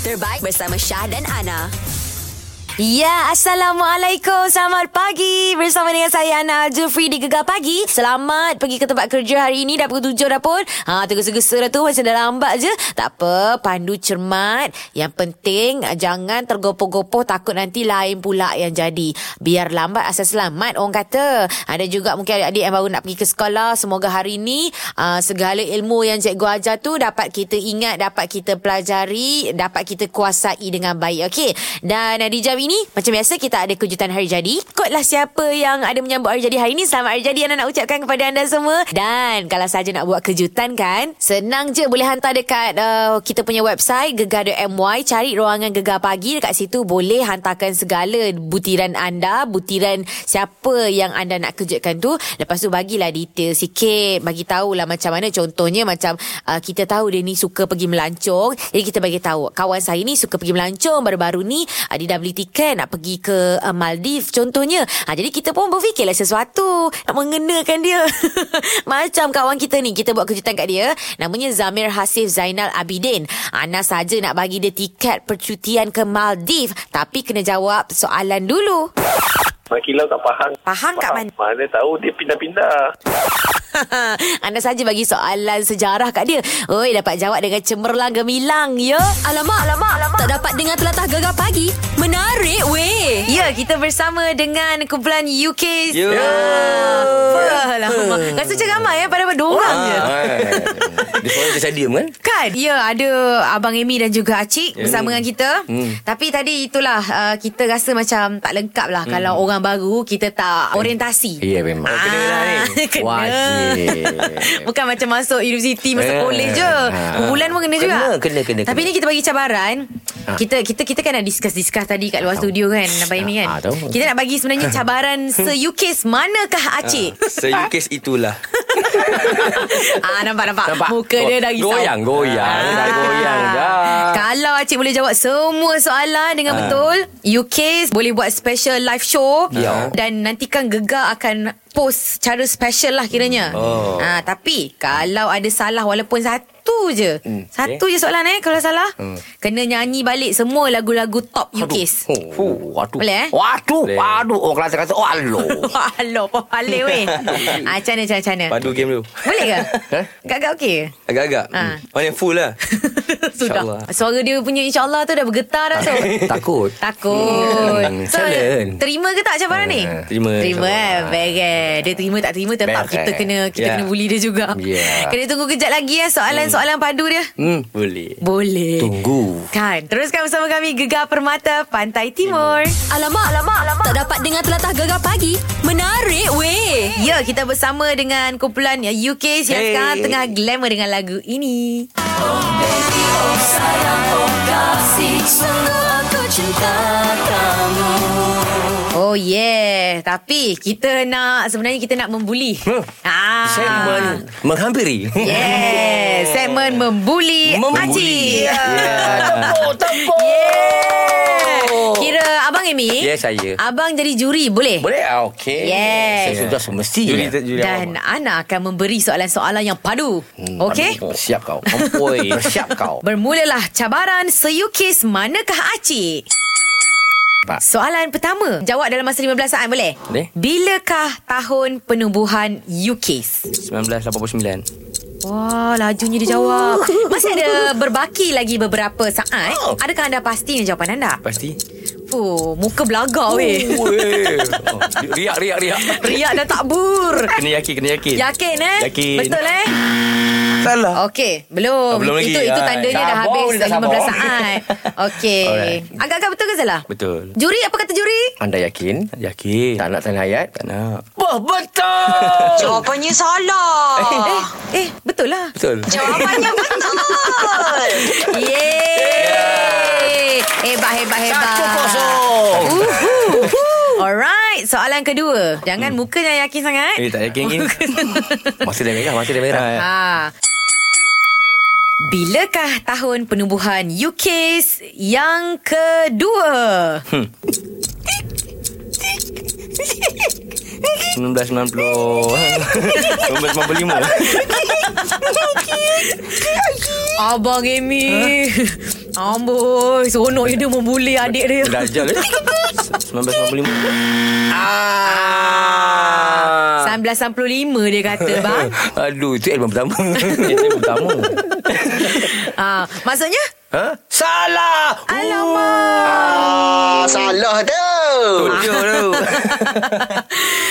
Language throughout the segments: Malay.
Terbaik bersama Syah dan Ana. Ya, Assalamualaikum. Selamat pagi. Bersama dengan saya, Ana Jufri di Gegar Pagi. Selamat pergi ke tempat kerja hari ini. Dah pukul tujuh dah pun. Ha, tergesa-gesa dah tu. Macam dah lambat je. Tak apa. Pandu cermat. Yang penting, jangan tergopoh-gopoh. Takut nanti lain pula yang jadi. Biar lambat asal selamat, orang kata. Ada juga mungkin adik-adik yang baru nak pergi ke sekolah. Semoga hari ini, uh, segala ilmu yang cikgu ajar tu dapat kita ingat, dapat kita pelajari, dapat kita kuasai dengan baik. Okey. Dan uh, di jam ini Macam biasa kita ada kejutan hari jadi Kotlah siapa yang ada menyambut hari jadi hari ini Selamat hari jadi Ana nak ucapkan kepada anda semua Dan kalau saja nak buat kejutan kan Senang je boleh hantar dekat uh, Kita punya website Gegar.my Cari ruangan Gegar Pagi Dekat situ boleh hantarkan segala butiran anda Butiran siapa yang anda nak kejutkan tu Lepas tu bagilah detail sikit Bagi tahulah macam mana Contohnya macam uh, Kita tahu dia ni suka pergi melancong Jadi kita bagi tahu Kawan saya ni suka pergi melancong Baru-baru ni uh, Dia dah beli tiket nak pergi ke uh, Maldives contohnya. Ha, jadi kita pun berfikirlah sesuatu nak mengenakan dia. Macam kawan kita ni, kita buat kejutan kat dia. Namanya Zamir Hasif Zainal Abidin. Ana saja nak bagi dia tiket percutian ke Maldives tapi kena jawab soalan dulu. Makilau kat Pahang. Pahang kat mana? Mana tahu dia pindah-pindah. Anda saja bagi soalan sejarah kat dia. Oi, dapat jawab dengan cemerlang gemilang, ya? Alamak, alamak, alamak. Tak dapat dengar telatah gegar pagi. Menarik, weh. Ya, kita bersama dengan kumpulan UK. Ya. Ah, alamak. Rasa macam ramai ya, pada dua orang je. Ah, eh. Dia seorang macam saya diam kan? Kan? Ya, ada Abang Amy dan juga Acik yeah. bersama dengan kita. Hmm. Tapi tadi itulah, uh, kita rasa macam tak lengkap lah hmm. kalau orang baru kita tak orientasi. Ya yeah, memang. Ah, lah kena. Bukan macam masuk universiti Masuk Eh. kolej je Ha. Bulan pun kena Kena, juga kena, kena, Tapi kena. Ha. ni kita bagi cabaran Kita kita kita kan nak discuss-discuss tadi Kat luar studio kan Abang Amy kan Ah, tahu. Kita nak bagi sebenarnya cabaran Se-UKIS Manakah Acik Ha. Se-UKIS itulah ah, Nampak nampak Nampak? Muka dia dah risau Goyang, goyang. Ah. Dia dah goyang dah. Ah. Kalau Acik boleh jawab semua soalan dengan betul, UK boleh buat special live show Ya. dan nantikan Gegar akan post cara special lah kiranya. Oh. Ha, tapi kalau ada salah walaupun satu je. Hmm, Satu je soalan eh kalau salah. Kena nyanyi balik semua lagu-lagu top UK. Oh, waduh. Boleh, eh? Waduh, Boleh. waduh. Oh, kata-kata, oh, aloh. Alah, apa paling weh. Ah, macam mana, macam mana? Padu game dulu Boleh ke? Eh? Gagak okey ke? Agak-agak Ah. ha. Mana full lah Sudah. InsyaAllah. Suara dia punya insyaAllah tu dah bergetar dah tu. Takut. Takut. Hmm, So, challenge. terima ke tak cabaran ni? Terima, Terima eh. insyaAllah. Baik eh. Dia terima tak terima tetap Baik, kita eh. kena kita Ya. kena bully dia juga. Ya. Kena tunggu kejap lagi eh soalan-soalan padu dia. Hmm. Boleh Boleh. Tunggu. Kan Teruskan bersama kami Gegar Permata Pantai Timur alamak, alamak, alamak Tak dapat dengar telatah gegar pagi Menarik weh Ya kita bersama dengan Kumpulan UK Yang hey. Hey. sekarang tengah glamour Dengan lagu ini Oh yeah Tapi kita nak Sebenarnya kita nak membuli Huh. ah. Saya men- menghampiri. Yeah Segmen membuli Acik Membuli. Ya, Ah. Yeah. Yeah. Kira Abang Amy Ya, saya. Abang jadi juri boleh? Boleh? Ah, Okey. Yes. Saya sudah semestinya. Juli, Juli Dan Ana akan memberi soalan-soalan yang padu hmm, Okey? Aduh, Siap kau. Ampoi. Siap kau. Bermulalah cabaran seyukis manakah Acik? Pak. Soalan pertama Jawab dalam masa 15 saat boleh? Boleh. Bilakah tahun penubuhan UKIS? 1989 Wah lajunya dia jawab Masih ada berbaki lagi beberapa saat Oh. Adakah anda pasti dengan jawapan anda? Pasti Oh, muka belagak weh Oh, eh. Oh, Riak, riak, riak. Riak dah tak bur Kena yakin Kena yakin Yakin eh? Yakin Betul eh? Salah Okey, belum. Oh, belum itu lagi. itu Ah, tandanya dah sabar, habis dia dah 15 sabar. saat. Okey. Alright. Agak-agak betul ke salah? Betul Juri apa kata juri? Anda yakin? Yakin Tak nak tanya ayat? Tak nak Wah, betul! Jawapannya salah. Ah. Eh, eh, betul lah. Betul Jawapannya betul. Yeay! Hebat, hebat, hebat. Satu kosong. Uhuh. Alright, soalan kedua. Hmm. Jangan muka yang yakin sangat. Eh tak yakin yakin Masih dah merah, masih dah merah. Ah, Ha. Bilakah tahun penubuhan UKIS yang kedua? 1990 1995 Abang Amy. Amboi, seronoknya dia membuli adik dia. Dajjal eh 1995 Ah. 1995 dia kata bang. Aduh, itu album pertama. album pertama. ah, maksudnya? Ha? Salah. Alamak. Salah tu. Tujuh tu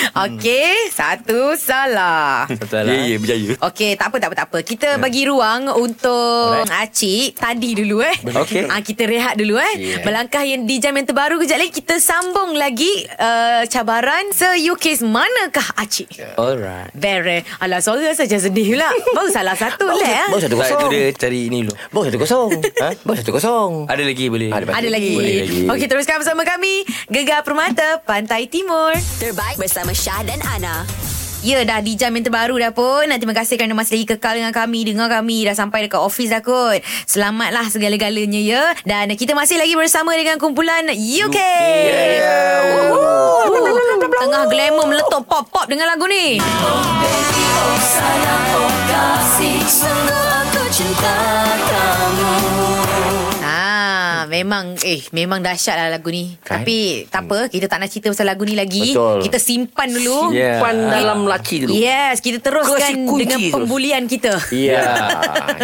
Hmm. Okey, satu salah. Ya ya berjaya Okey, tak apa tak apa tak apa. Kita Hmm. bagi ruang untuk Acik tadi dulu eh. Okey. Ah kita rehat dulu eh. Yeah. Melangkah yang di jam yang terbaru kejap lagi kita sambung lagi uh, cabaran se-UKIS manakah Acik? Ya. Alright Bere. Alah suara saja sedih pula. Baru salah satu lah. eh. Baru satu Tak kosong. itu dia cari ini dulu Baru satu kosong. ha? Baru satu kosong. Ada lagi boleh Ada Ada lagi. Boleh lagi. Okey, teruskan bersama kami. Gegar Permata, Pantai Timur. Terbaik bersama Syah dan Ana. Ya dah di jam yang terbaru dah pun Dan terima kasih kerana masih lagi kekal dengan kami Dengar kami dah sampai dekat office dah kot Selamatlah segala-galanya ya Dan kita masih lagi bersama dengan kumpulan UK Woohoo. Tengah glamour meletup pop-pop dengan lagu ni Ah, memang eh memang dahsyat lah lagu ni. Kan? Kan? Tapi tak apa, kita tak nak cerita pasal lagu ni lagi. Betul. Kita simpan dulu. Yeah. Simpan dalam laci Yes, kita Kasi teruskan kunci dengan terus. pembulian kita. Ya.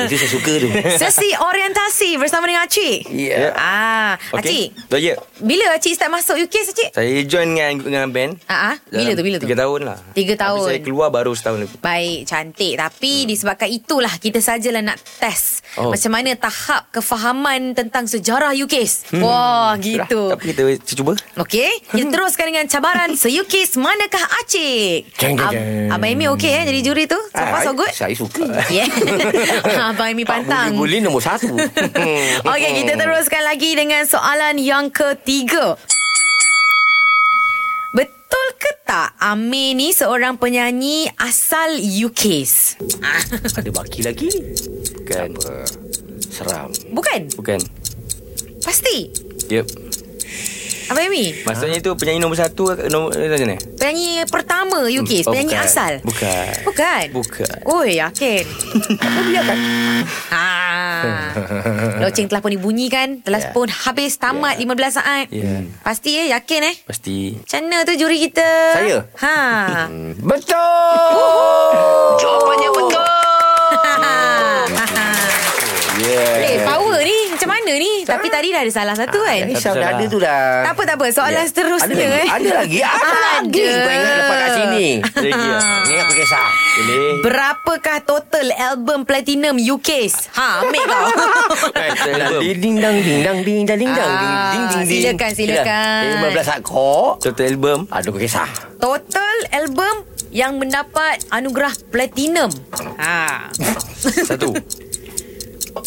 Itu saya suka tu. Sesi orientasi bersama dengan Acik. Ya. Ah, Okay. Acik. Dah ya Bila Acik start masuk UK, Acik? Saya join dengan dengan band Ah, ah. Bila Dalam tu, bila tu? Tiga tahun lah Tiga tahun. Habis saya keluar baru setahun lebih Baik, cantik. Tapi hmm. disebabkan itulah kita sajalah nak test oh. Oh. macam mana tahap kefahaman tentang sejarah UKIS. Hmm. Wah, gitu. Tapi Hmm. kita kita cuba Okey, kita teruskan dengan cabaran seyukis manakah Acik? Jeng, jeng, Ab- jeng. Abang Amy okey eh jadi juri tu? So Ah, far so good? Saya suka. Yeah. Abang Amy pantang. Boleh nombor satu. Okey, Mm-hmm. kita teruskan lagi dengan soalan yang ketiga. Betul ke tak Amir ni seorang penyanyi asal UKIS? Ada baki lagi. Kan. Seram. Bukan? Bukan Pasti? Yep Abang Amy? Maksudnya tu penyanyi nombor satu nombor, eh, Macam mana? Penyanyi pertama UKIS? Oh, penyanyi bukan. asal? Bukan Bukan? Bukan Oh yakin Ah, Loceng telah pun dibunyikan Telah yeah. Ya. pun habis Tamat yeah. 15 saat Ya. Pasti eh Yakin eh Pasti Macam mana tu juri kita Saya? Ha Betul. Jawapannya Oh. betul. Eh Yeah. power ni Macam mana ni Tapi tadi dah ada salah satu kan Ini Satu Syam dah salah. ada tu dah. Tak apa tak apa Soalan Ah, lah. Ya. seterusnya ada, eh Ada lagi. Ada lagi. Kau ingat lepas kat sini. Ada lagi lah Ni aku kisah. Boleh Berapakah total album platinum UK's? Ha, ambil kau. Album. Ding ding dang ding dang ding dang ding dang ding Ah, ding ding ding. silakan, silakan. Yelah, 15 akor. Total album Ada aku kisah. Total album yang mendapat anugerah platinum. Ha. Satu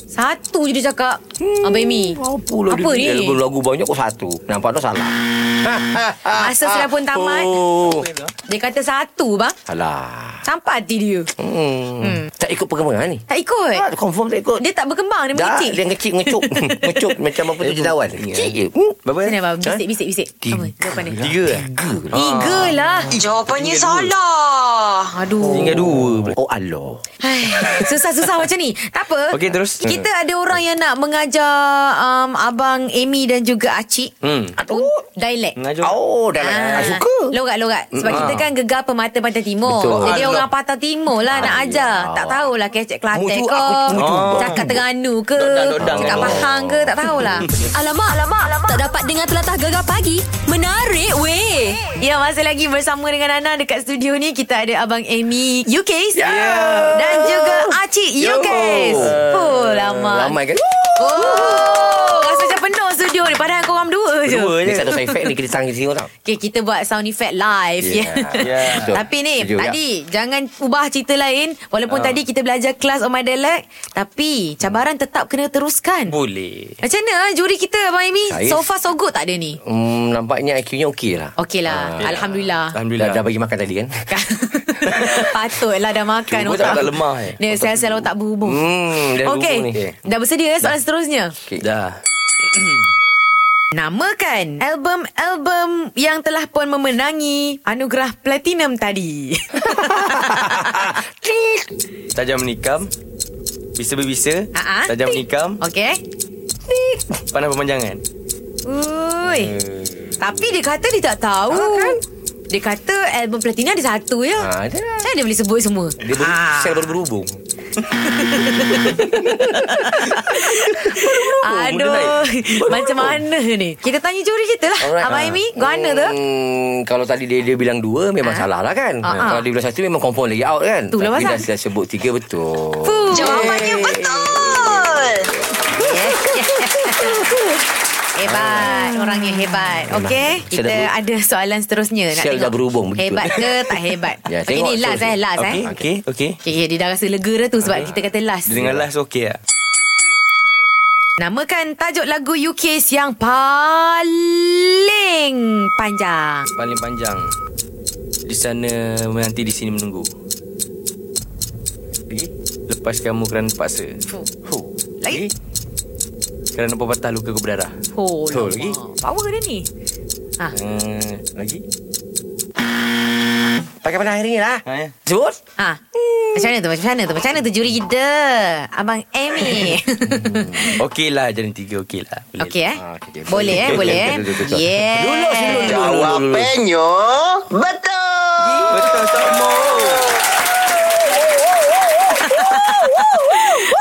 Satu je dia cakap. Hmm, Abang Amy. Apa lah Apa dia? ni? Lagu-lagu banyak kok satu. Nampak tu salah. Masa Ah, sudah pun tamat. Oh. Dia kata satu bang. Alah. Sampai hati dia. Hmm. Tak ikut perkembangan ni. Tak ikut. Ah, confirm tak ikut. Dia tak berkembang. Dia Dah, mengecik. dia ngecik, ngecuk. ngecuk macam apa tu jedawan. Cik je. Hmm. Berapa? Sini abang. Ha? Bisik, bisik, bisik. Apa? Jawapan dia. Tiga eh? Tiga lah. Jawapannya salah. Aduh. Tinggal dua pula. Oh Allah. Hai, Susah-susah macam ni Tak apa Okey, terus. Kita ada orang yang nak mengajar um, Abang Amy dan juga Acik Hmm Aduh Dialek Mengajar Oh, dah lah. Ah, suka. Logat-logat Sebab Hmm, kita ah. kan gegar pemata pantai timur Betul. Jadi Alah. orang patah timur lah nak Alah. ajar Tak tahulah kecek Kelantan Mutu ke aku, mutu. Cakap Terengganu ke Dodang-dodang Cakap kan. Pahang ke Tak tahulah alamak, alamak, alamak Tak dapat dengar telatah gegar pagi Menarik weh Eh. Ya masih lagi bersama dengan Nana Dekat studio ni Kita ada Abang Amy UK Ya. Dan juga Acik UK Oh lama Ramai kan? Oh Rasa macam penuh studio ni Padahal korang dua je Dua Ni je satu side effect ni kita tangan sini orang. Okay, kita buat sound effect live. Yeah. Yeah. Yeah. Ya. Betul. Tapi ni, Setuju. Ah. tadi jangan ubah cerita lain. Walaupun tadi kita belajar kelas on my dialect, tapi cabaran tetap kena teruskan. Boleh Macam mana ah, juri kita, Abang Amy? Saya- So far so good tak ada ni? Hmm, nampaknya IQ-nya okey lah. Okey lah. Ah. Alhamdulillah. Alhamdulillah. Dah, dah bagi makan tadi kan? Kan? Patutlah dah makan Cuba tak- tak lemah, eh. Dia sel-sel otak berhubung Hmm, dah Okey, hubung ni. dah bersedia eh, soalan seterusnya okay. Dah Namakan album-album yang telah pun memenangi anugerah platinum tadi. Tajam menikam Bisa berbisa Ah, ah. Tajam menikam Okey. cantik. Pandai pemanjangan Ui. Eh. Tapi dia kata dia tak tahu. kan? Dia kata album platina ada satu ya. Ha, Ah, ada lah. Saya dia boleh sebut semua. Dia baru Ah. Sel baru berhubung benda Aduh. Macam mana ni? Kita tanya juri kita lah. Alright, Abang ah. Aimi, guana tu? Ah. Hmm, kalau tadi dia, dia bilang dua Memang Ah. salah lah kan Ah, ah. Kalau dia bilang satu Memang confirm lagi out kan Itulah Tapi pasal. dah, dah sebut tiga betul Fuh. Jawapannya Eh. betul. Hebat Orangnya hebat Okey Saya Kita dah ber- ada soalan seterusnya Nak Saya tengok dah berhubung begitu. Hebat ke tak hebat Ya, Okey tengok ni last terus. eh Last eh Okay Okay Okay Okay, okay, dia dah rasa lega dah tu sebab kita kata last. Dia dengar last okay lah Namakan tajuk lagu UKIS yang paling panjang. Paling panjang Di sana menanti di sini menunggu Lagi Lepas kamu kerana terpaksa Huh. Lagi. Kerana pepatah luka ku berdarah Oh, Betul, lama. lagi. Power dia ni. uh, Lagi Pakai pandang hari ni lah ha, ya. Sebut Ha. Hmm. Macam mana tu? Macam mana tu? Macam mana tu juri kita? Abang Amy. Okey lah Jadi tiga okey lah Boleh. Okey eh. Ah, okey, okey. Boleh eh, boleh eh. Betul, betul, betul. Yeah. Lulus, lulus, Eh, lulus. Jawapannya betul. Betul sama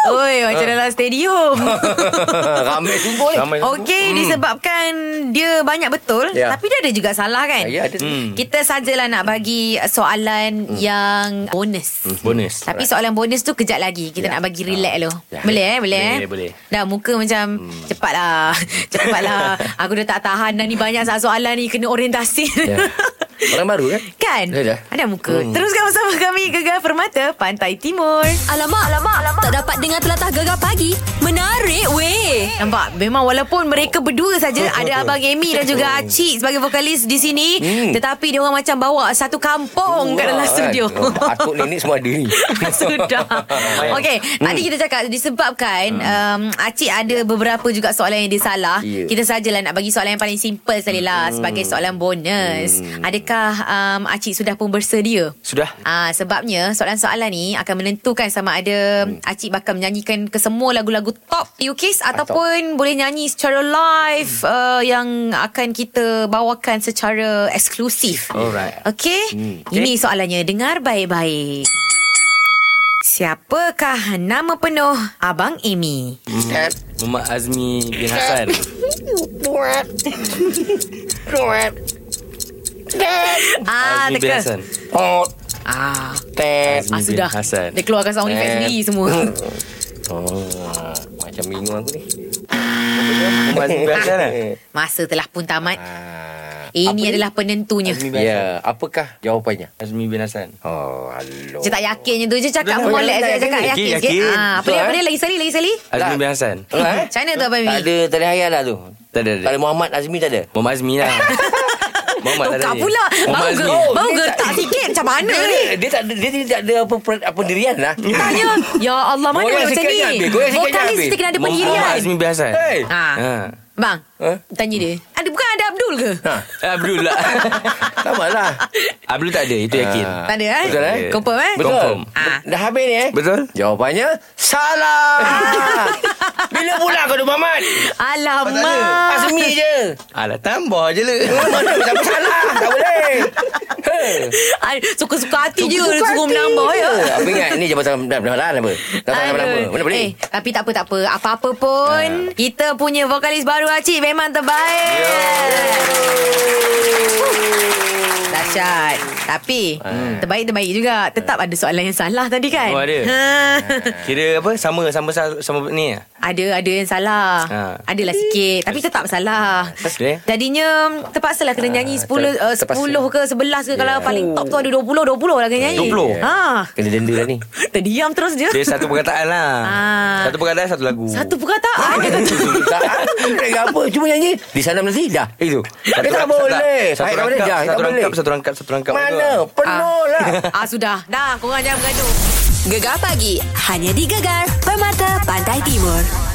Oi, macam dalam stadium. Ramai sungguh Ah, ni Oh. Ramai Okey, disebabkan dia banyak betul, Ya. tapi dia ada juga salah kan? Ya, ada. Hmm. Hmm. Kita sajalah nak bagi soalan yang bonus. Bonus Tapi soalan bonus tu kejap lagi Kita nak bagi relax dulu Ya. Hmm. Boleh eh? Boleh, eh? Boleh, boleh. Dah muka macam Cepatlah Cepatlah Aku dah tak tahan dah ni Banyak sangat soalan ni Kena orientasi Ya. Orang baru kan Kan? Dah, Hmm. dah. Ada muka Teruskan bersama kami Gegar Permata Pantai Timur Alamak, alamak, alamak. Tak dapat dengar telatah gegar pagi. Menarik weh. Eh. Nampak? Memang walaupun mereka berdua saja Ada Abang Amy dan juga Acik Sebagai vokalis di sini Tetapi dia orang macam bawa Satu kampung kat Oh, dalam Hmm. Wah, studio kan? Atuk nenek semua ada ni Sudah Okey Tadi Hmm. kita cakap Disebabkan um, Acik ada beberapa juga Soalan yang dia salah Ya. Hmm. Kita sajalah nak bagi Soalan yang paling simple sekali lah Sebagai soalan bonus Adakah um, Acik sudah pun bersedia? Sudah Ah sebabnya soalan-soalan ni akan menentukan sama ada Hmm. Acik bakal menyanyikan kesemua lagu-lagu top UKIS Ah, ataupun boleh nyanyi secara live Hmm. uh, yang akan kita bawakan secara eksklusif. Alright Okey? Hmm, Ini soalannya dengar baik-baik. Siapakah nama penuh Abang Amy? Muhammad Azmi bin Hassan Ah, Azmi bin teka. Hassan Pot Ah, Tet ah bin sudah. Hassan. Eh. Dia keluarkan sound Eh. effect sendiri semua. Oh, macam bingung aku ni. Muhammad Azmi bin Hassan lah Masa telah pun tamat. Ah. Ini Apa dia? Eh, adalah penentunya. Ya, apakah jawapannya? Azmi bin Hassan Oh, alo. Saya tak yakin je tu. Dia cakap Dah, molek dah, saya dah, cakap dah. yakin, Yakin, sikit. yakin. Ah, apa Betul, dia apa eh? dia lagi sekali lagi sekali? Azmi Tak. bin Hassan Ha, eh? Macam mana tu Abang Tak Mimi? ada tali hayal lah tu. Tak ada Tak ada Muhammad Azmi tak ada. Muhammad Azmi lah Muhammad Tukar tak ada ni. pula. Oh, Bau Muhammad ge, Azmi bau gertak sikit macam mana ni? Dia, dia tak ada dia tidak ada apa per- apa dirian lah. Tanya. Ya Allah mana Goyang boleh macam sikit je ni? habis, goyang sikit je Vokalis habis. kita kena ada pendirian. Muhammad Azmi bin Hassan Hey. Ha. Ha. Bang, Ha? tanya dia. Ada bukan ada Abdul ke? Abdul lah Tamatlah. Abdul tak ada Itu yakin Ah. Tak ada eh? Betul, eh? Confirm eh? Betul. Confirm. Ah. Dah habis ni eh? Betul Jawapannya salah. Bila pula kau tu Muhammad? Alamak. Azmi je. Alah tambah je lah Mana siapa salah? Tak boleh. Heh. Ay, Suka-suka hati je Suka-suka dia suruh hati menambah je. ya. Apa ingat ni jabatan pendapatan apa? Jabatan apa? Aduh. Mana boleh? Eh, tapi tak apa tak apa. Apa-apa pun kita punya vokalis baru Acik memang terbaik. Huh. Dahsyat. Tapi terbaik-terbaik juga. Tetap ada soalan yang salah tadi kan? Oh, ada. Ha. Kira apa Sama Sama sama, sama ni lah Ada ada yang salah. Ha. Adalah sikit tapi tetap salah. Boleh? Jadinya terpaksalah kena nyanyi 10 uh, 10 terpaksa. ke 11 ke kalau paling top tu ada 20 20 lah kena nyanyi. 20? Ha. Kena denda lah ni. Terdiam terus je. Dia satu perkataan lah Ah. Satu perkataan satu lagu Satu perkataan dia kata. tak nak apa Cuma nyanyi Di sana nanti dah Itu Eh, tak rangkap, boleh. Satu Baik, rangkap tak boleh, Jah. Satu Tak rangkap boleh. Satu rangkap Satu rangkap Mana Penuh Ah. lah Ah sudah. Dah korang jangan bergaduh. Gegar pagi hanya di Gegar Permata Pantai Timur.